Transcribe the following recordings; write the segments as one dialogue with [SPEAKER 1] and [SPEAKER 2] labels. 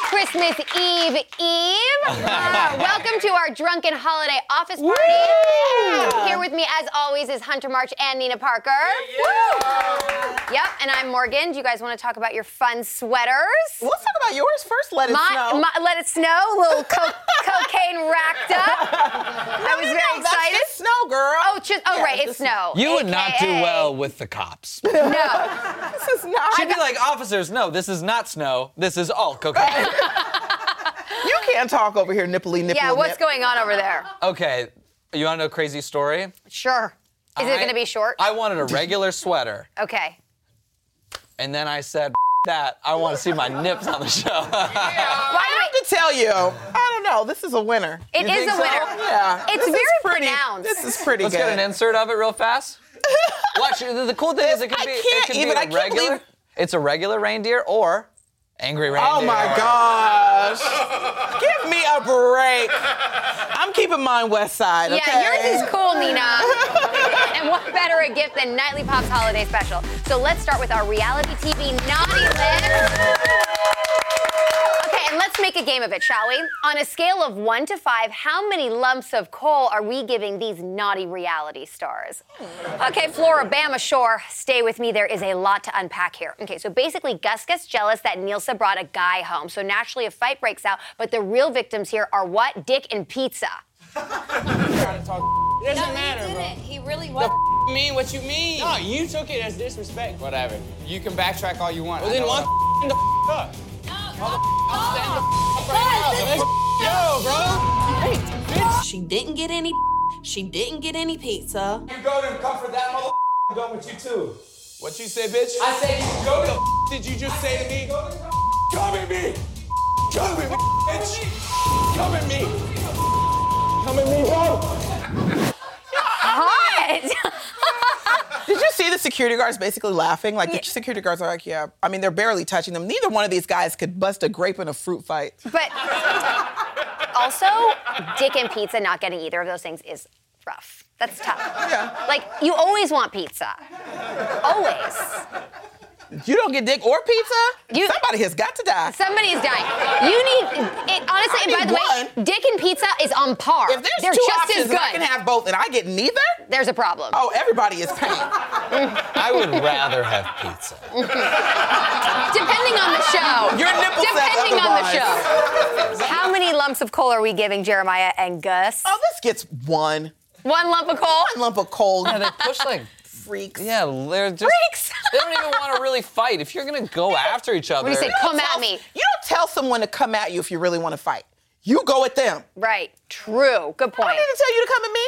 [SPEAKER 1] Christmas Eve Eve. Uh, welcome to our drunken holiday office party.
[SPEAKER 2] Woo!
[SPEAKER 1] Here with me, as always, is Hunter March and Nina Parker. Woo! Yep, and I'm Morgan. Do you guys want to talk about your fun sweaters?
[SPEAKER 2] Let's talk about yours first. Let it
[SPEAKER 1] My-
[SPEAKER 2] snow.
[SPEAKER 1] my- let it snow, little co- cocaine racked up. I was
[SPEAKER 2] No, no,
[SPEAKER 1] very
[SPEAKER 2] that's
[SPEAKER 1] excited.
[SPEAKER 2] just snow, girl.
[SPEAKER 1] Oh, just, oh
[SPEAKER 2] Yeah,
[SPEAKER 1] right, it's
[SPEAKER 2] just-
[SPEAKER 1] snow.
[SPEAKER 3] You would not do
[SPEAKER 1] AKA.
[SPEAKER 3] well with the cops.
[SPEAKER 1] No.
[SPEAKER 2] This is not.
[SPEAKER 3] She'd be like, officers, no, this is not snow. This is all cocaine.
[SPEAKER 2] you can't talk over here, nipply nipply.
[SPEAKER 1] Yeah, what's
[SPEAKER 2] nip.
[SPEAKER 1] going on over there?
[SPEAKER 3] okay, you want to know a crazy story? Is
[SPEAKER 1] Sure. Is it going to be short?
[SPEAKER 3] I wanted a regular sweater,
[SPEAKER 1] okay.
[SPEAKER 3] and then I said, that. I want to see my nips on the show.
[SPEAKER 1] By the way,
[SPEAKER 2] I have to tell you, I don't know. This is a winner.
[SPEAKER 1] it
[SPEAKER 3] You
[SPEAKER 1] is
[SPEAKER 3] think
[SPEAKER 1] a
[SPEAKER 3] so?
[SPEAKER 1] winner.
[SPEAKER 2] yeah.
[SPEAKER 1] It's
[SPEAKER 2] this is
[SPEAKER 1] very
[SPEAKER 2] pretty,
[SPEAKER 1] pronounced.
[SPEAKER 2] This is pretty
[SPEAKER 3] Let's
[SPEAKER 2] good.
[SPEAKER 3] get an insert of it real fast. Watch, the the cool thing is it could
[SPEAKER 2] I
[SPEAKER 3] be,
[SPEAKER 2] can't
[SPEAKER 3] it could
[SPEAKER 2] even-
[SPEAKER 3] be
[SPEAKER 2] I
[SPEAKER 3] a
[SPEAKER 2] can't
[SPEAKER 3] regular,
[SPEAKER 2] believe-
[SPEAKER 3] it's a regular reindeer or angry reindeer.
[SPEAKER 2] Oh my gosh. Give me a break. I'm keeping mine West Side.
[SPEAKER 1] Yeah,
[SPEAKER 2] okay?
[SPEAKER 1] yours is cool, Nina. and what better a gift than Nightly Pop's holiday special? So let's start with our reality TV naughty list. Okay, and let's make a game of it, shall we? On a scale of one to five, how many lumps of coal are we giving these naughty reality stars? Okay, Florabama Shore, stay with me. There is a lot to unpack here. Okay, so basically, Gus gets jealous that Nielsa brought a guy home. So naturally, a fight breaks out, but the real victims here are what? Dick and pizza.
[SPEAKER 4] Doesn't
[SPEAKER 5] he
[SPEAKER 4] matter, bro.
[SPEAKER 5] didn't. He really was.
[SPEAKER 4] You mean what you mean. No, you took it as disrespect. Whatever. You can backtrack all you want. Well,
[SPEAKER 6] I
[SPEAKER 4] then
[SPEAKER 6] know
[SPEAKER 4] why the f- up?
[SPEAKER 5] She didn't get any. She didn't get any pizza.
[SPEAKER 6] You go to comfort that mother done with you too. What you say, bitch? I said you go to did you just say to me? Come at me! Come at me, bitch! Come at me! Come at me, bro!
[SPEAKER 1] Hot.
[SPEAKER 2] Did you see the security guards basically laughing? Like the security guards are like, yeah. I mean, they're barely touching them. Neither one of these guys could bust a grape in a fruit fight.
[SPEAKER 1] But also, dick and pizza, not getting either of those things is rough. That's tough.
[SPEAKER 2] Yeah.
[SPEAKER 1] Like, you always want pizza. Always.
[SPEAKER 2] You don't get dick or pizza?
[SPEAKER 1] You-
[SPEAKER 2] Somebody has got to die.
[SPEAKER 1] Somebody is dying. You need, it, honestly,
[SPEAKER 2] I
[SPEAKER 1] and by
[SPEAKER 2] need
[SPEAKER 1] the way,
[SPEAKER 2] one.
[SPEAKER 1] dick and pizza is on par.
[SPEAKER 2] If there's
[SPEAKER 1] They're
[SPEAKER 2] two
[SPEAKER 1] just
[SPEAKER 2] options
[SPEAKER 1] as
[SPEAKER 2] and
[SPEAKER 1] good.
[SPEAKER 2] I can have both and I get neither,
[SPEAKER 1] There's a problem.
[SPEAKER 2] oh, everybody is Oh, paying.
[SPEAKER 3] I would rather have pizza.
[SPEAKER 1] Depending on the show.
[SPEAKER 2] Your nipple said
[SPEAKER 1] Depending on the
[SPEAKER 2] otherwise.
[SPEAKER 1] show. How many lumps of coal are we giving Jeremiah and Gus?
[SPEAKER 2] Oh, this gets one
[SPEAKER 1] One lump of coal?
[SPEAKER 2] lump of coal
[SPEAKER 3] Yeah, they push like,
[SPEAKER 2] freaks.
[SPEAKER 3] yeah, they're just,
[SPEAKER 1] Freaks.
[SPEAKER 3] they don't even want to really fight. If you're going to go after each other.
[SPEAKER 1] When you said, come
[SPEAKER 2] Tell-
[SPEAKER 1] at me.
[SPEAKER 2] You don't tell someone to come at you if you really want to fight. You go at them.
[SPEAKER 1] Right. True. Good point.
[SPEAKER 2] I didn't tell you to come at me.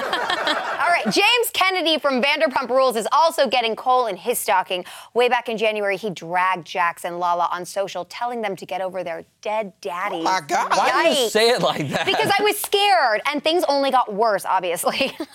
[SPEAKER 1] All right, James Kennedy from Vanderpump Rules is also getting coal in his stocking. Way back in January, he dragged Jax and Lala on social, telling them to get over their dead daddies.
[SPEAKER 2] my God.
[SPEAKER 3] Why do you
[SPEAKER 1] Yikes.
[SPEAKER 3] say it like that?
[SPEAKER 1] Because I was scared, and things only got worse, obviously.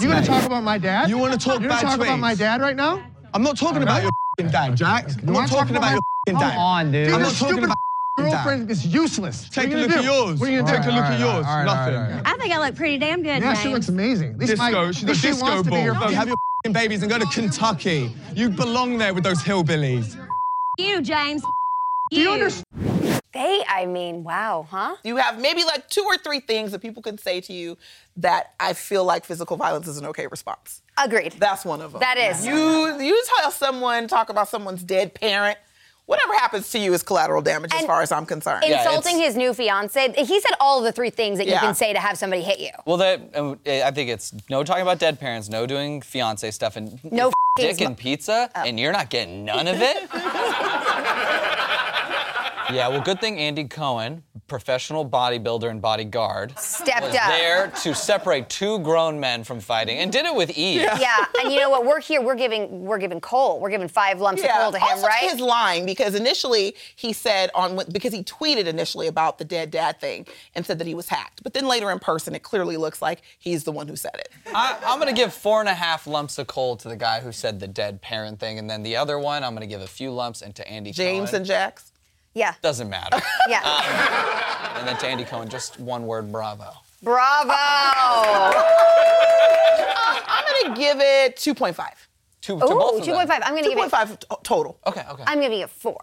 [SPEAKER 7] You want to talk about my dad?
[SPEAKER 6] You wanna talk
[SPEAKER 7] You're
[SPEAKER 6] bad
[SPEAKER 7] talk about
[SPEAKER 6] things?
[SPEAKER 7] my dad right now?
[SPEAKER 6] I'm not talking about your f***ing dad, Jax. I'm
[SPEAKER 7] You
[SPEAKER 6] not
[SPEAKER 7] wanna talk
[SPEAKER 6] talking about your
[SPEAKER 7] my-
[SPEAKER 6] f***ing dad.
[SPEAKER 7] Come on, dude.
[SPEAKER 6] I'm
[SPEAKER 7] Your
[SPEAKER 6] not talking
[SPEAKER 7] stupid
[SPEAKER 6] about your f***ing dad.
[SPEAKER 7] Girlfriend is useless. What
[SPEAKER 6] Take
[SPEAKER 7] are
[SPEAKER 6] a
[SPEAKER 7] you
[SPEAKER 6] look
[SPEAKER 7] gonna
[SPEAKER 6] at
[SPEAKER 7] do?
[SPEAKER 6] yours.
[SPEAKER 7] What are you gonna
[SPEAKER 6] Take
[SPEAKER 7] do?
[SPEAKER 6] a look at yours. Nothing.
[SPEAKER 8] I think I look pretty damn good,
[SPEAKER 7] Yeah,
[SPEAKER 8] James.
[SPEAKER 7] she looks amazing. At least my,
[SPEAKER 6] Disco.
[SPEAKER 7] at
[SPEAKER 6] She's a
[SPEAKER 7] least she
[SPEAKER 6] disco
[SPEAKER 7] wants to be
[SPEAKER 6] ball.
[SPEAKER 7] your
[SPEAKER 6] Go
[SPEAKER 7] friend.
[SPEAKER 6] have your f***ing babies and go to Kentucky. You belong there with those hillbillies.
[SPEAKER 8] you, James.
[SPEAKER 7] Do you understand?
[SPEAKER 1] they, I mean, wow, huh?
[SPEAKER 2] You have maybe like two or three things that people can say to you that I feel like physical violence is an okay response.
[SPEAKER 1] Agreed.
[SPEAKER 2] That's one of them.
[SPEAKER 1] That is.
[SPEAKER 2] You you tell someone talk about someone's dead parent. Whatever happens to you is collateral damage as
[SPEAKER 1] And
[SPEAKER 2] far as I'm concerned.
[SPEAKER 3] Yeah,
[SPEAKER 1] Insulting
[SPEAKER 3] it's-
[SPEAKER 1] his new fiance. He said all of the three things that you
[SPEAKER 2] Yeah.
[SPEAKER 1] can say to have somebody hit you.
[SPEAKER 3] Well, that um, I think it's no talking about dead parents, no doing fiance stuff, and
[SPEAKER 1] No
[SPEAKER 3] if
[SPEAKER 1] f***ing oh.
[SPEAKER 3] dick and pizza, and you're not getting none of it. yeah, well, good thing Andy Cohen, professional bodybuilder and bodyguard,
[SPEAKER 1] Stepped
[SPEAKER 3] was
[SPEAKER 1] up.
[SPEAKER 3] there to separate two grown men from fighting, and did it with ease.
[SPEAKER 1] Yeah, and you know what? We're here. We're giving. We're giving coal. We're giving five lumps of coal to him,
[SPEAKER 2] also
[SPEAKER 1] right?
[SPEAKER 2] His lying because initially he said on what- because he tweeted initially about the dead dad thing and said that he was hacked, but then later in person it clearly looks like he's the one who said it.
[SPEAKER 3] I, I'm gonna give four and a half lumps of coal to the guy who said the dead parent thing, and then the other one, I'm gonna give a few lumps, and to Andy
[SPEAKER 2] James
[SPEAKER 3] Cohen.
[SPEAKER 2] and Jax.
[SPEAKER 1] yeah.
[SPEAKER 3] Doesn't matter.
[SPEAKER 1] Yeah.
[SPEAKER 3] and then to Andy Cohen, just one word, bravo.
[SPEAKER 1] Bravo.
[SPEAKER 2] Uh, I'm gonna give it 2.5.
[SPEAKER 3] To, to
[SPEAKER 1] Ooh,
[SPEAKER 3] both of them.
[SPEAKER 1] 2.5. I'm gonna give it.
[SPEAKER 2] 2.5 t- total.
[SPEAKER 3] Okay, okay.
[SPEAKER 1] I'm giving it four.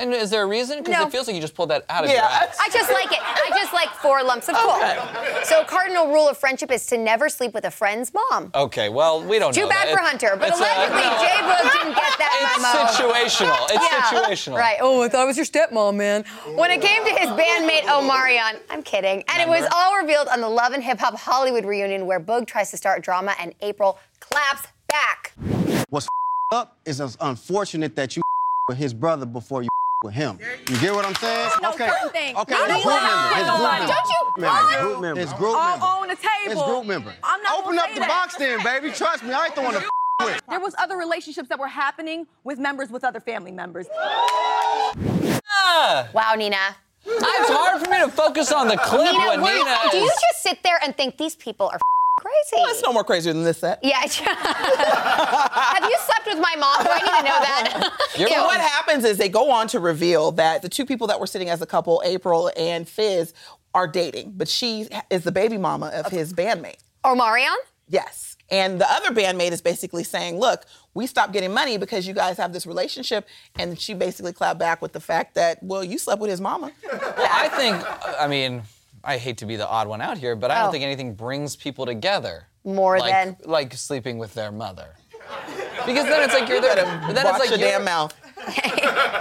[SPEAKER 3] And is there a reason? Because
[SPEAKER 1] No.
[SPEAKER 3] it feels like you just pulled that out of your
[SPEAKER 2] Yeah.
[SPEAKER 3] ass.
[SPEAKER 1] I just like it. I just like four lumps of coal. So cardinal rule of friendship is to never sleep with a friend's mom.
[SPEAKER 3] Okay, well, we don't
[SPEAKER 1] Too
[SPEAKER 3] know.
[SPEAKER 1] bad
[SPEAKER 3] Oh, that.
[SPEAKER 1] for
[SPEAKER 3] It-
[SPEAKER 1] Hunter, but
[SPEAKER 3] it's, uh,
[SPEAKER 1] allegedly
[SPEAKER 3] no,
[SPEAKER 1] Jay Boog didn't get that memo.
[SPEAKER 3] It's situational. It's situational.
[SPEAKER 1] Right. Oh, I thought it was your stepmom, man. When it came to his bandmate Omarion, I'm kidding. And it was
[SPEAKER 3] Remember?
[SPEAKER 1] all revealed on the Love and Hip Hop Hollywood reunion where Boog tries to start drama and April claps back.
[SPEAKER 9] up, it's just unfortunate that you with his brother before you with him. You get what I'm saying?
[SPEAKER 10] No, certain things.
[SPEAKER 9] Okay.
[SPEAKER 10] Not
[SPEAKER 9] His
[SPEAKER 10] allowed.
[SPEAKER 9] group member. His
[SPEAKER 10] Don't
[SPEAKER 9] group member.
[SPEAKER 1] you-
[SPEAKER 9] His
[SPEAKER 1] Oh.
[SPEAKER 9] group member. His group
[SPEAKER 10] All
[SPEAKER 9] member.
[SPEAKER 10] on the table.
[SPEAKER 9] His group member.
[SPEAKER 10] I'm not
[SPEAKER 9] Open
[SPEAKER 10] gonna
[SPEAKER 9] up
[SPEAKER 10] say
[SPEAKER 9] the
[SPEAKER 10] that.
[SPEAKER 9] box then, baby. Trust me, I ain't the one to f- with.
[SPEAKER 10] There was other relationships that were happening with members with other family members.
[SPEAKER 3] Ah,
[SPEAKER 1] Wow, Nina.
[SPEAKER 3] it's hard for me to focus on the clip
[SPEAKER 1] Nina,
[SPEAKER 3] when
[SPEAKER 1] why-
[SPEAKER 3] Nina is.
[SPEAKER 1] do you just sit there and think these people are f***ing crazy?
[SPEAKER 2] It's no more crazier than this set.
[SPEAKER 1] yeah. Have you slept with my mom? Do I need to know that?
[SPEAKER 3] Your
[SPEAKER 1] Ew.
[SPEAKER 3] mom-
[SPEAKER 2] What happens is they go on to reveal that the two people that were sitting as a couple, April and Fizz, are dating, but she is the baby mama of his bandmate.
[SPEAKER 1] Omarion?
[SPEAKER 2] Yes. And the other bandmate is basically saying, look, we stopped getting money because you guys have this relationship. And she basically clapped back with the fact that, well, you slept with his mama.
[SPEAKER 3] Well, I think, I mean, I hate to be the odd one out here, but I
[SPEAKER 1] Oh.
[SPEAKER 3] don't think anything brings people together
[SPEAKER 1] More
[SPEAKER 3] like,
[SPEAKER 1] than-
[SPEAKER 3] like sleeping with their mother. Because then it's like you're there. Then
[SPEAKER 2] Watch
[SPEAKER 3] it's like
[SPEAKER 2] your
[SPEAKER 3] you're-
[SPEAKER 2] damn mouth.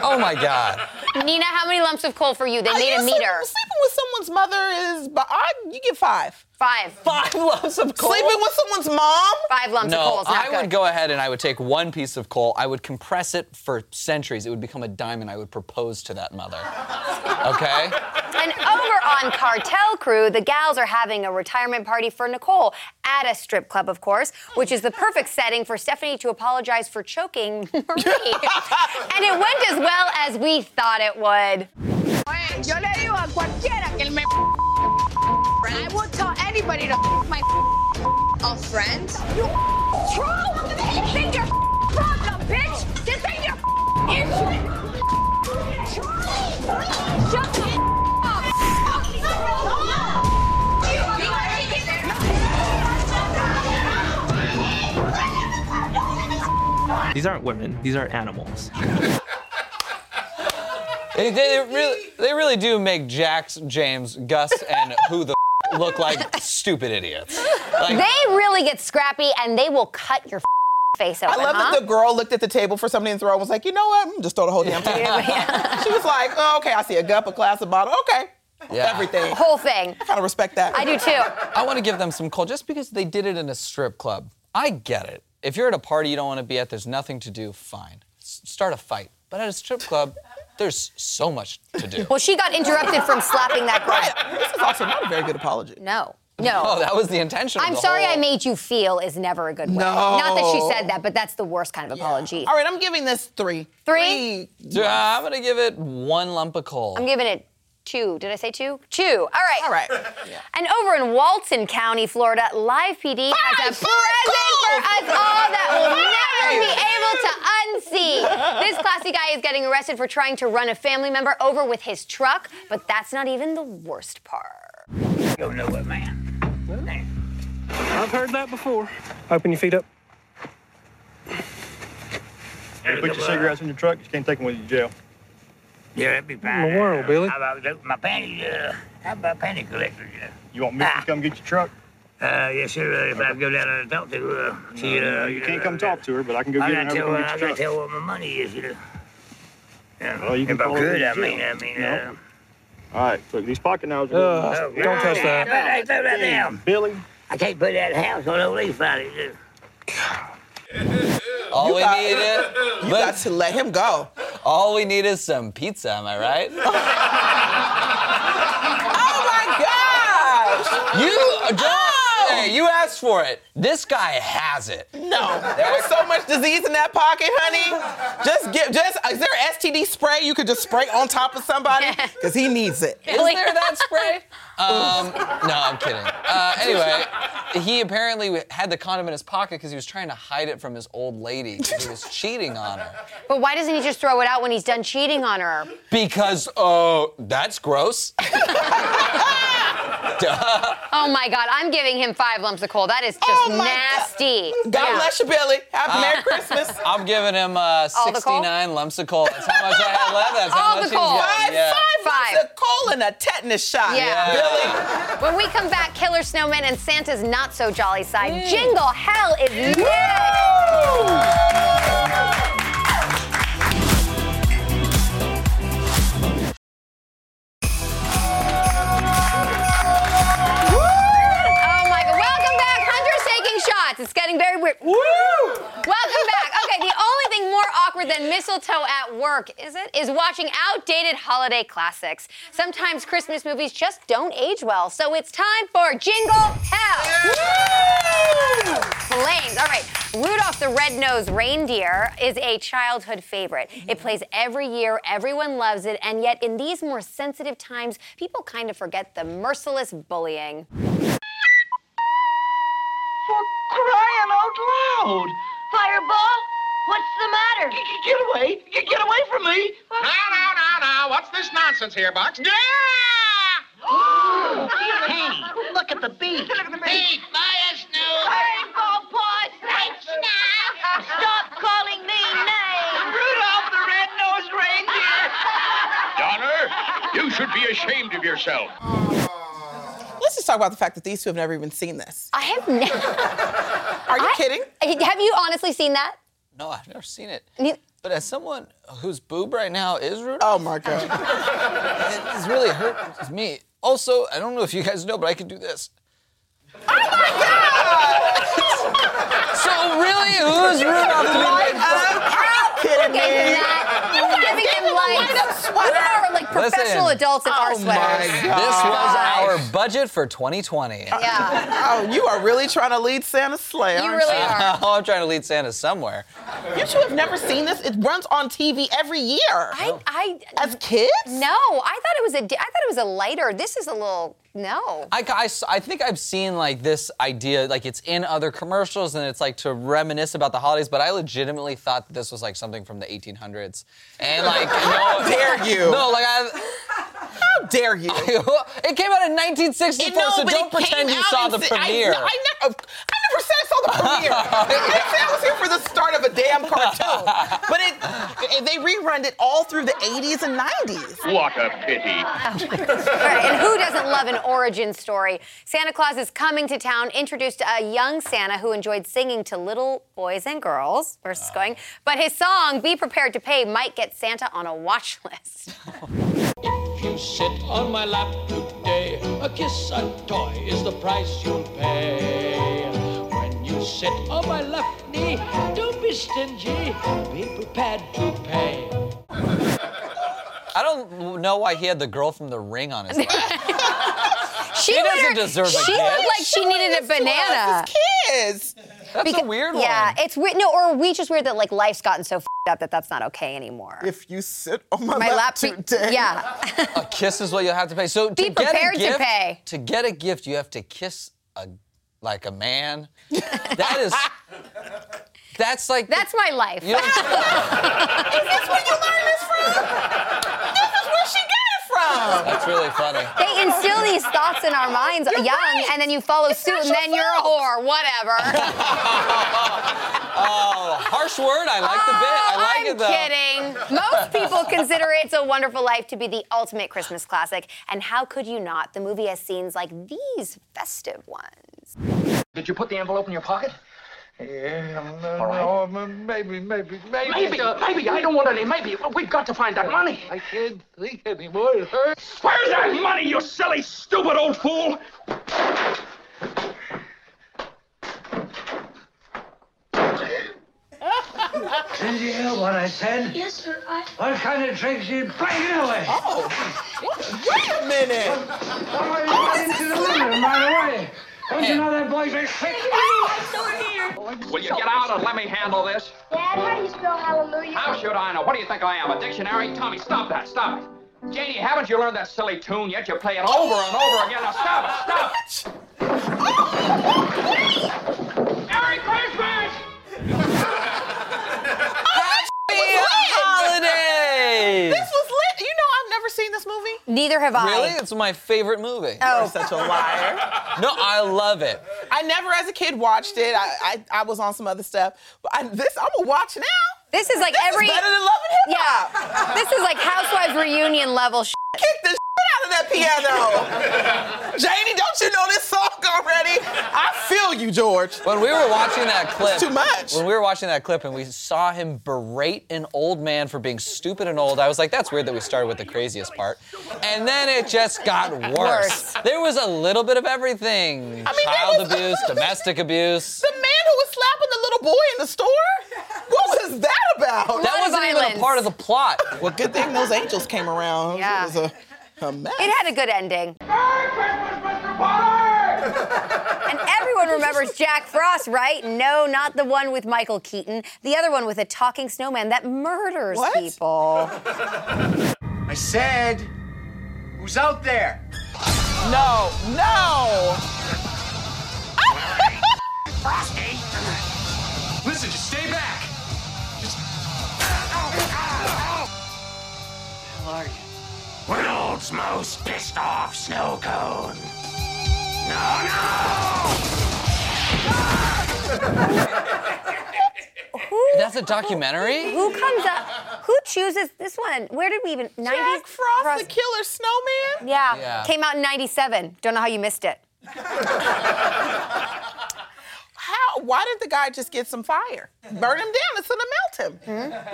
[SPEAKER 3] Oh my God.
[SPEAKER 1] Nina, how many lumps of coal for you? They made
[SPEAKER 2] Yeah,
[SPEAKER 1] a meter.
[SPEAKER 2] sleeping- Sleeping with someone's mother is, but I, you get five.
[SPEAKER 1] Five.
[SPEAKER 3] Five loves of coal.
[SPEAKER 2] Sleeping with someone's mom?
[SPEAKER 1] Five lumps of coal
[SPEAKER 3] No,
[SPEAKER 1] is not
[SPEAKER 3] I
[SPEAKER 1] good.
[SPEAKER 3] would go ahead and I would take one piece of coal. I would compress it for centuries. It would become a diamond. I would propose to that mother. Okay?
[SPEAKER 1] And over on Cartel Crew, the gals are having a retirement party for Nicole at a strip club, of course, which is the perfect setting for Stephanie to apologize for choking Marie. and it went as well as we thought it would.
[SPEAKER 10] Yo le digo a cualquiera que me I will tell anybody to my a friend. You true? This ain't your problem, bitch. This ain't your issue. Charlie, please shut the up.
[SPEAKER 11] These aren't women, these are animals.
[SPEAKER 3] They, they really, they really do make Jax, James, Gus, and who the f- look like stupid idiots. Like,
[SPEAKER 1] They really get scrappy and they will cut your face
[SPEAKER 2] I
[SPEAKER 1] open.
[SPEAKER 2] love
[SPEAKER 1] huh?
[SPEAKER 2] that the girl looked at the table for something to throw and was like, you know what? I'm gonna just throw the whole damn thing. she was like, oh, okay, I see a cup, a glass, a bottle. Okay.
[SPEAKER 3] Yeah.
[SPEAKER 2] Everything. I
[SPEAKER 1] whole thing.
[SPEAKER 2] kind of respect that.
[SPEAKER 1] I do too.
[SPEAKER 3] I want to give them some coal just because they did it in a strip club. I get it. If you're at a party you don't want to be at, there's nothing to do, fine. S- start a fight. But at a strip club, there's so much to do.
[SPEAKER 1] Well, she got interrupted from slapping that girl.
[SPEAKER 2] This is also not a very good apology.
[SPEAKER 1] No. No.
[SPEAKER 3] Oh, that was the intention. of
[SPEAKER 1] I'm
[SPEAKER 3] the
[SPEAKER 1] sorry I
[SPEAKER 3] whole-
[SPEAKER 1] made you feel is never a good way. Not that she said that, but that's the worst kind of apology.
[SPEAKER 2] All right, I'm giving this three.
[SPEAKER 1] Three?
[SPEAKER 3] Yeah, I'm gonna give it one lump of coal.
[SPEAKER 1] I'm giving it two. Did I say two? Two. All right.
[SPEAKER 2] All right.
[SPEAKER 1] And over in Walton County, Florida, Live PD has a
[SPEAKER 2] Five,
[SPEAKER 1] present for us
[SPEAKER 2] five, five.
[SPEAKER 1] all that we'll never
[SPEAKER 2] Five.
[SPEAKER 1] be able to unsee. This classy guy is getting arrested for trying to run a family member over with his truck, but that's not even the worst part.
[SPEAKER 11] Go nowhere, man. I've heard that before. Open your feet up.
[SPEAKER 7] You put your cigarettes in your truck, you can't take them with you to jail.
[SPEAKER 11] Yeah, that'd be fine.
[SPEAKER 7] the world, Billy?
[SPEAKER 11] How about my panty? Uh, how about panty collector? Yeah.
[SPEAKER 7] You want me to come get your truck?
[SPEAKER 11] Ah. Uh, yeah, sure. Uh, if I go down there and talk to her, uh, she, uh,
[SPEAKER 7] you can't come talk to her, but I can go
[SPEAKER 11] I
[SPEAKER 7] get her and
[SPEAKER 11] gotta
[SPEAKER 7] have her
[SPEAKER 11] tell
[SPEAKER 7] come
[SPEAKER 11] her. I
[SPEAKER 7] get your
[SPEAKER 11] gotta
[SPEAKER 7] truck.
[SPEAKER 11] tell her what my money is. You know. Yeah.
[SPEAKER 7] Well, you can
[SPEAKER 11] if I
[SPEAKER 7] call her
[SPEAKER 11] could, I
[SPEAKER 7] in
[SPEAKER 11] mean, I
[SPEAKER 7] jail.
[SPEAKER 11] mean.
[SPEAKER 7] No.
[SPEAKER 11] Uh,
[SPEAKER 7] All right, look, these pocket knives are.
[SPEAKER 11] oh, God,
[SPEAKER 7] touch
[SPEAKER 11] yeah,
[SPEAKER 7] that.
[SPEAKER 11] I better- I better down.
[SPEAKER 7] Billy,
[SPEAKER 11] I can't put that house on old Lee's body. uh,
[SPEAKER 3] all we
[SPEAKER 2] got-
[SPEAKER 3] need is
[SPEAKER 2] You got to let him go.
[SPEAKER 3] all we need is some pizza. Am I right?
[SPEAKER 2] Oh my gosh!
[SPEAKER 3] you don't.
[SPEAKER 2] Oh!
[SPEAKER 3] Hey, you asked for it. This guy has it.
[SPEAKER 2] No, there was so much disease in that pocket, honey. Just get, just is there STD spray you could just spray on top of somebody because he needs it.
[SPEAKER 3] Is there that spray? Um, no, I'm kidding. Uh, anyway, he apparently had the condom in his pocket because he was trying to hide it from his old lady because he was cheating on her.
[SPEAKER 1] But why doesn't he just throw it out when he's done cheating on her?
[SPEAKER 3] Because, oh, that's gross. Duh.
[SPEAKER 1] Oh my God, I'm giving him five lumps of coal. That is just
[SPEAKER 2] Oh
[SPEAKER 1] nasty.
[SPEAKER 3] God bless
[SPEAKER 2] your belly. Happy
[SPEAKER 3] Merry
[SPEAKER 2] Christmas.
[SPEAKER 3] I'm giving him uh,
[SPEAKER 1] All the coal?
[SPEAKER 3] 69 lumps of coal. That's how much I had left. That's how
[SPEAKER 1] All
[SPEAKER 3] much
[SPEAKER 1] the
[SPEAKER 3] he's
[SPEAKER 1] coal.
[SPEAKER 3] got. Yeah.
[SPEAKER 2] Five lumps of coal and a tetanus shot.
[SPEAKER 1] Yeah.
[SPEAKER 2] Billy.
[SPEAKER 1] When we come back, Killer Snowman and Santa's Not So Jolly Side.
[SPEAKER 2] Mm.
[SPEAKER 1] Jingle Hell is next. Oh my God. Welcome back. Hunter's taking shots. It's getting very weird. Woo! Welcome back. Okay, the only thing more awkward than mistletoe at work, is it? Is watching outdated holiday classics. Sometimes Christmas movies just don't age well. So it's time for Jingle Hell. Woo! Flames. All right. Rudolph the Red-Nosed Reindeer is a childhood favorite. It plays every year, everyone loves it, and yet in these more sensitive times, people kind of forget the merciless bullying.
[SPEAKER 10] Crying out loud! Fireball, what's the matter? Get away! Get away from me!
[SPEAKER 12] No, no, no, no. What's this nonsense here, Bucks? Yeah!
[SPEAKER 10] hey, look at the beat. Look at the beat. Fire Snoop. Stop calling me names. Rudolph the red-nosed reindeer.
[SPEAKER 12] Donner, you should be ashamed of yourself.
[SPEAKER 2] Let's just talk about the fact that these two have never even seen this.
[SPEAKER 1] I have never.
[SPEAKER 2] Are you kidding?
[SPEAKER 1] Have you honestly seen that?
[SPEAKER 3] No, I've never seen it.
[SPEAKER 1] Ne-
[SPEAKER 3] But as someone whose boob right now is Rudolph.
[SPEAKER 2] Oh my God.
[SPEAKER 3] it's really hurt me. Also, I don't know if you guys know, but I can do this. So really, who's Rudolph the
[SPEAKER 2] Light up. Are you kidding
[SPEAKER 1] Look at
[SPEAKER 2] me?
[SPEAKER 1] that. You're giving him light. We are like
[SPEAKER 3] Listen.
[SPEAKER 1] professional adults in our
[SPEAKER 2] Oh,
[SPEAKER 1] sweaters.
[SPEAKER 2] my
[SPEAKER 3] This was
[SPEAKER 2] God.
[SPEAKER 3] our budget for 2020.
[SPEAKER 1] Yeah,
[SPEAKER 2] Oh, you are really trying to lead Santa's sleigh.
[SPEAKER 1] you
[SPEAKER 2] aren't
[SPEAKER 1] really are.
[SPEAKER 3] oh, I'm trying to lead Santa somewhere.
[SPEAKER 2] You two have never seen this. It runs on TV every year.
[SPEAKER 1] I, I,
[SPEAKER 2] As kids?
[SPEAKER 1] no, I thought it was a, di- I thought it was a lighter. This is a little, no.
[SPEAKER 3] I, I, I think I've seen like this idea, like it's in other commercials and it's like to reminisce about the holidays, but I legitimately thought that this was like something from the 1800s. And like,
[SPEAKER 2] How
[SPEAKER 3] no,
[SPEAKER 2] dare you?
[SPEAKER 3] no, like I,
[SPEAKER 2] How dare you?
[SPEAKER 3] it came out in 1964,
[SPEAKER 2] No,
[SPEAKER 3] so
[SPEAKER 2] but it
[SPEAKER 3] don't
[SPEAKER 2] came
[SPEAKER 3] pretend you
[SPEAKER 2] out
[SPEAKER 3] saw
[SPEAKER 2] and
[SPEAKER 3] the
[SPEAKER 2] said- I,
[SPEAKER 3] premiere.
[SPEAKER 2] no, I, never, I never said I saw the premiere. I said I was here for the start of a damn cartoon. But it, it- they rerun it all through the 80s and 90s.
[SPEAKER 12] What a pity.
[SPEAKER 1] All right, and who doesn't love an origin story? Santa Claus is coming to town, introduced a young Santa who enjoyed singing to little boys and girls. Where's this going? But his song, Be Prepared to Pay, might get Santa on a watch list.
[SPEAKER 13] You sit on my lap today. A kiss and toy is the price you'll pay. When you sit on my left knee, don't be stingy. Be prepared to pay.
[SPEAKER 3] I don't know why he had the girl from The Ring on his lap.
[SPEAKER 1] She
[SPEAKER 3] He
[SPEAKER 1] looked
[SPEAKER 3] doesn't deserve a
[SPEAKER 1] She
[SPEAKER 3] kid.
[SPEAKER 1] looked like she needed a banana.
[SPEAKER 2] Kids.
[SPEAKER 3] That's a weird one.
[SPEAKER 1] Yeah, it's weird. No, or we just weird that like life's gotten so fed up that that's not okay anymore.
[SPEAKER 2] If you sit on my,
[SPEAKER 1] My lap,
[SPEAKER 2] lap
[SPEAKER 1] be-
[SPEAKER 2] today.
[SPEAKER 1] yeah,
[SPEAKER 3] A kiss is what you'll have to pay. So to
[SPEAKER 1] Be
[SPEAKER 3] get
[SPEAKER 1] prepared
[SPEAKER 3] a
[SPEAKER 1] to
[SPEAKER 3] gift,
[SPEAKER 1] pay.
[SPEAKER 3] to get a gift, you have to kiss a like a man. That is. That's like
[SPEAKER 1] that's my life.
[SPEAKER 3] you know,
[SPEAKER 2] That's where you learn this from. This is where she got it from.
[SPEAKER 3] that's really funny.
[SPEAKER 1] They instill these thoughts in our minds young, and then you follow suit, and then you're a whore. Whatever.
[SPEAKER 3] Oh, harsh word. I like the bit. I like
[SPEAKER 1] I'm
[SPEAKER 3] it though.
[SPEAKER 1] kidding. Most people consider It's a Wonderful Life to be the ultimate Christmas classic, and how could you not? The movie has scenes like these festive ones.
[SPEAKER 14] Did you put the envelope in your pocket?
[SPEAKER 7] Yeah,
[SPEAKER 14] All right.
[SPEAKER 7] Oh, maybe, maybe,
[SPEAKER 14] Maybe, maybe. I don't want any. Maybe. We've got to find that money.
[SPEAKER 7] I can't think anymore. It hurts.
[SPEAKER 12] Where's that money, you silly, stupid old fool?
[SPEAKER 13] Did you hear what I said? Yes, sir. I... What kind of tricks you playing away?
[SPEAKER 2] Wait a minute.
[SPEAKER 13] Oh, you went into the living room right away. Don't you know that boy's a trick?
[SPEAKER 12] Will you get out and let me handle this?
[SPEAKER 10] Dad, how do you spell hallelujah?
[SPEAKER 12] How should I know? What do you think I am, a dictionary? Tommy, stop that. Stop it. Janie, haven't you learned that silly tune yet? You play it over and over again. Now stop it. Stop it. Merry Christmas!
[SPEAKER 2] That's
[SPEAKER 3] Holiday.
[SPEAKER 2] This was lit. You know, I've never seen this movie?
[SPEAKER 1] Neither have I.
[SPEAKER 3] Really? It's my favorite movie.
[SPEAKER 2] Oh. You're such a liar.
[SPEAKER 3] no, I love it.
[SPEAKER 2] I never, as a kid, watched it. I, I, I was on some other stuff. But I, this, I'm gonna watch now.
[SPEAKER 1] This is like every.
[SPEAKER 2] better than Love and Hip Hop.
[SPEAKER 1] Yeah. This is like Housewives reunion level shit.
[SPEAKER 2] Kick the shit out of that piano. Janie, don't you know this song already? I feel you, George.
[SPEAKER 3] When we were watching that clip,
[SPEAKER 2] It's too much.
[SPEAKER 3] When we were watching that clip and we saw him berate an old man for being stupid and old, I was like, that's weird that we started with the craziest part. And then it just got
[SPEAKER 2] Worse.
[SPEAKER 3] worse. There was a little bit of everything
[SPEAKER 2] I mean, there
[SPEAKER 3] child
[SPEAKER 2] was-
[SPEAKER 3] abuse, domestic abuse.
[SPEAKER 2] The man who was slapping the little boy in the store? What was that about?
[SPEAKER 3] That wasn't even a part of the plot.
[SPEAKER 2] Well, good thing those angels came around.
[SPEAKER 1] Yeah.
[SPEAKER 2] It was a, a mess.
[SPEAKER 1] It had a good ending. and everyone remembers Jack Frost, right? No, not the one with Michael Keaton. The other one with a talking snowman that murders
[SPEAKER 15] What?
[SPEAKER 1] people.
[SPEAKER 15] I said, who's out there?
[SPEAKER 2] No, no.
[SPEAKER 15] Frosty. Listen, just stay back. Just. How are you? We're old Smo's pissed off snow cone.
[SPEAKER 3] That's a documentary?
[SPEAKER 1] Who comes up? Who chooses this one? Where did we even? 90s
[SPEAKER 2] Jack Frost, the killer snowman?
[SPEAKER 1] Yeah.
[SPEAKER 3] Yeah.
[SPEAKER 1] Came out in 97. Don't know how you missed it.
[SPEAKER 2] How? Why did the guy just get some fire? Burn him down. It's gonna melt him.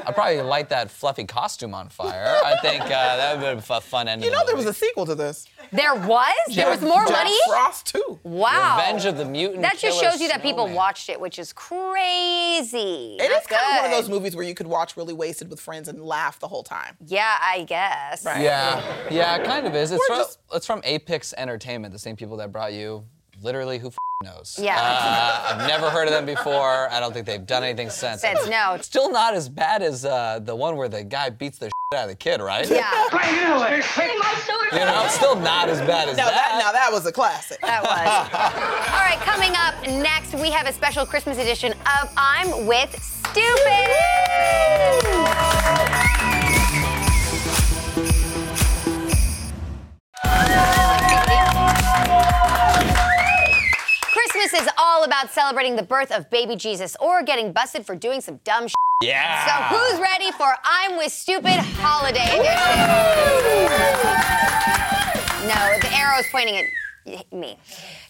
[SPEAKER 3] I'd probably light that fluffy costume on fire. I think uh, that would have been a fun ending.
[SPEAKER 2] You know there was a sequel to this.
[SPEAKER 1] There was? there was more
[SPEAKER 2] Jack
[SPEAKER 1] money?
[SPEAKER 2] Frost too.
[SPEAKER 1] Wow.
[SPEAKER 3] Revenge of the Mutant
[SPEAKER 1] That just
[SPEAKER 3] Killer
[SPEAKER 1] shows you that people
[SPEAKER 3] Snowman.
[SPEAKER 1] watched it, which is crazy.
[SPEAKER 2] It is
[SPEAKER 1] Not
[SPEAKER 2] kind of one of
[SPEAKER 1] good.
[SPEAKER 2] those movies where you could watch really wasted with friends and laugh the whole time.
[SPEAKER 1] Yeah, I guess.
[SPEAKER 3] Yeah, yeah, it kind of is. It's
[SPEAKER 2] We're
[SPEAKER 3] from,
[SPEAKER 2] just-
[SPEAKER 3] it's from Apex Entertainment, the same people that brought you literally who f- knows.
[SPEAKER 1] Yeah.
[SPEAKER 3] Uh, I've never heard of them before. I don't think they've done anything since.
[SPEAKER 1] Since, no.
[SPEAKER 3] Still not as bad as uh, the one where the guy beats the shit out of the kid, right?
[SPEAKER 1] Yeah.
[SPEAKER 3] You know, still not as bad as
[SPEAKER 2] Now that, now that was a classic.
[SPEAKER 1] That was. All right, coming up next, we have a special Christmas edition of I'm with Stupid. Christmas is all about celebrating the birth of baby Jesus or getting busted for doing some dumb shit.
[SPEAKER 3] Yeah.
[SPEAKER 1] So who's ready for I'm with Stupid Holiday Edition? No, the arrow's pointing at me.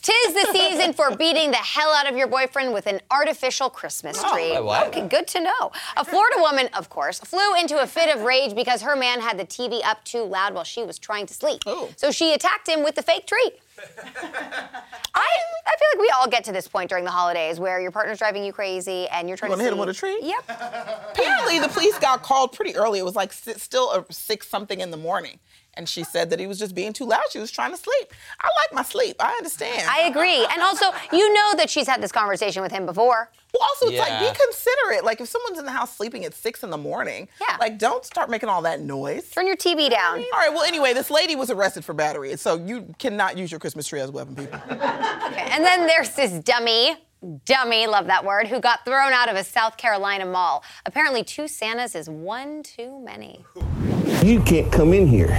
[SPEAKER 1] Tis the season for beating the hell out of your boyfriend with an artificial Christmas tree.
[SPEAKER 3] Oh, what?
[SPEAKER 1] Okay, good to know. A Florida woman, of course, flew into a fit of rage because her man had the TV up too loud while she was trying to sleep.
[SPEAKER 2] Oh.
[SPEAKER 1] So she attacked him with the fake tree. I, I feel like we all get to this point during the holidays where your partner's driving you crazy and you're trying
[SPEAKER 2] You
[SPEAKER 1] to
[SPEAKER 2] wanna hit him
[SPEAKER 1] see-
[SPEAKER 2] with a tree?
[SPEAKER 1] Yep.
[SPEAKER 2] Apparently, the police got called pretty early. It was like si- still uh, six something in the morning. And she said that he was just being too loud. She was trying to sleep. I like my sleep. I understand.
[SPEAKER 1] I agree. And also, you know that she's had this conversation with him before.
[SPEAKER 2] well, also, it's
[SPEAKER 3] Yeah.
[SPEAKER 2] like be considerate. Like if someone's in the house sleeping at six in the morning,
[SPEAKER 1] Yeah.
[SPEAKER 2] like don't start making all that noise.
[SPEAKER 1] Turn your TV down.
[SPEAKER 2] All right. Well, anyway, this lady was arrested for battery, so you cannot use your Christmas tree as a weapon, people.
[SPEAKER 1] Okay, And then there's this dummy, dummy, love that word, who got thrown out of a South Carolina mall. Apparently, two Santas is one too many.
[SPEAKER 16] You can't come in here.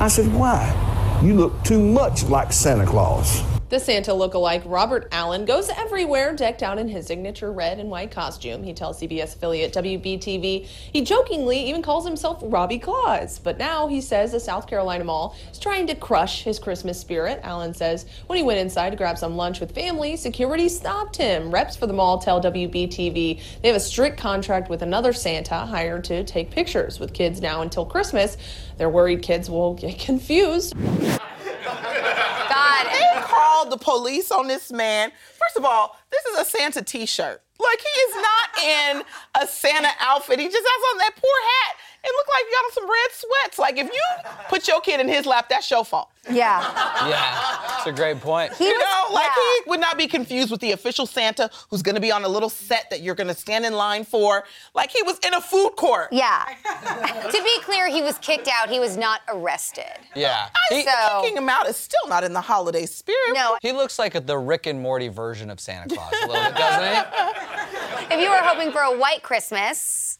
[SPEAKER 16] I said, Why? You look too much like Santa Claus.
[SPEAKER 17] The Santa lookalike Robert Allen goes everywhere decked out in his signature red and white costume. He tells CBS affiliate WBTV he jokingly even calls himself Robbie Claus. But now he says the South Carolina mall is trying to crush his Christmas spirit. Allen says when he went inside to grab some lunch with family, security stopped him. Reps for the mall tell WBTV they have a strict contract with another Santa hired to take pictures with kids now until Christmas. They're worried kids will get confused.
[SPEAKER 1] God.
[SPEAKER 2] They called the police on this man. First of all, this is a Santa t-shirt. Like he is not in a Santa outfit. He just has on that poor hat. It looked like you got on some red sweats. Like if you put your kid in his lap, that's your fault.
[SPEAKER 1] Yeah.
[SPEAKER 3] Yeah, it's a great point.
[SPEAKER 1] He
[SPEAKER 2] you
[SPEAKER 1] was-
[SPEAKER 2] know, like
[SPEAKER 1] yeah.
[SPEAKER 2] he would not be confused with the official Santa who's gonna be on a little set that you're gonna stand in line for. Like he was in a food court.
[SPEAKER 1] Yeah. to be clear, he was kicked out. He was not arrested.
[SPEAKER 3] Yeah.
[SPEAKER 2] I-
[SPEAKER 3] He,
[SPEAKER 1] So-
[SPEAKER 2] Kicking him out is still not in the holiday spirit.
[SPEAKER 1] No,
[SPEAKER 3] he looks like the Rick and Morty version of Santa Claus a little bit, doesn't he?
[SPEAKER 1] if you were hoping for a white Christmas,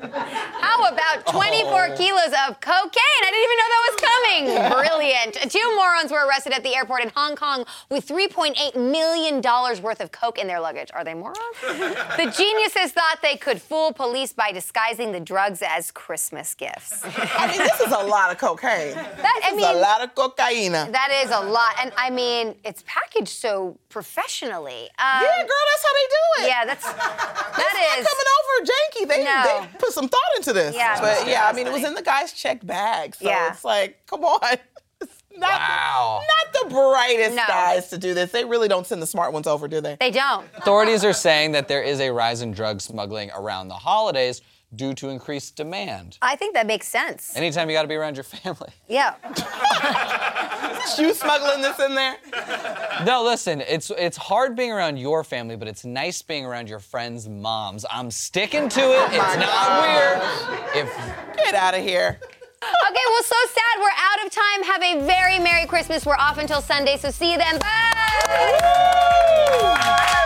[SPEAKER 1] how about 24
[SPEAKER 3] Oh.
[SPEAKER 1] kilos of cocaine? I didn't even know that was Dang, brilliant. Two morons were arrested at the airport in Hong Kong with $3.8 million worth of coke in their luggage. Are they morons? the geniuses thought they could fool police by disguising the drugs as Christmas gifts.
[SPEAKER 2] I mean, this is a lot of cocaine.
[SPEAKER 1] That, I
[SPEAKER 2] This is
[SPEAKER 1] mean-
[SPEAKER 2] a lot of cocaina.
[SPEAKER 1] That is a lot. And I mean, it's packaged so professionally. Um,
[SPEAKER 2] yeah, girl, that's how they do it.
[SPEAKER 1] Yeah, that's that
[SPEAKER 2] It's
[SPEAKER 1] is.
[SPEAKER 2] not coming over janky. They,
[SPEAKER 1] No.
[SPEAKER 2] they put some thought into this.
[SPEAKER 1] Yeah.
[SPEAKER 2] but yeah, I mean, it was in the guy's checked bag, so
[SPEAKER 1] Yeah.
[SPEAKER 2] it's like, come on. It's Not,
[SPEAKER 3] Wow.
[SPEAKER 2] not the brightest
[SPEAKER 1] No.
[SPEAKER 2] guys to do this. They really don't send the smart ones over, do they?
[SPEAKER 1] They don't.
[SPEAKER 3] Authorities are saying that there is a rise in drug smuggling around the holidays due to increased demand.
[SPEAKER 1] I think that makes sense.
[SPEAKER 3] Anytime you got to be around your family.
[SPEAKER 1] Yeah.
[SPEAKER 2] you smuggling this in there?
[SPEAKER 3] No, listen, it's it's hard being around your family, but it's nice being around your friends' moms. I'm sticking to it. It's not weird. If
[SPEAKER 2] Get out of here.
[SPEAKER 1] Okay, well, so sad. We're out of time. Have a very Merry Christmas. We're off until Sunday, so see you then. Bye.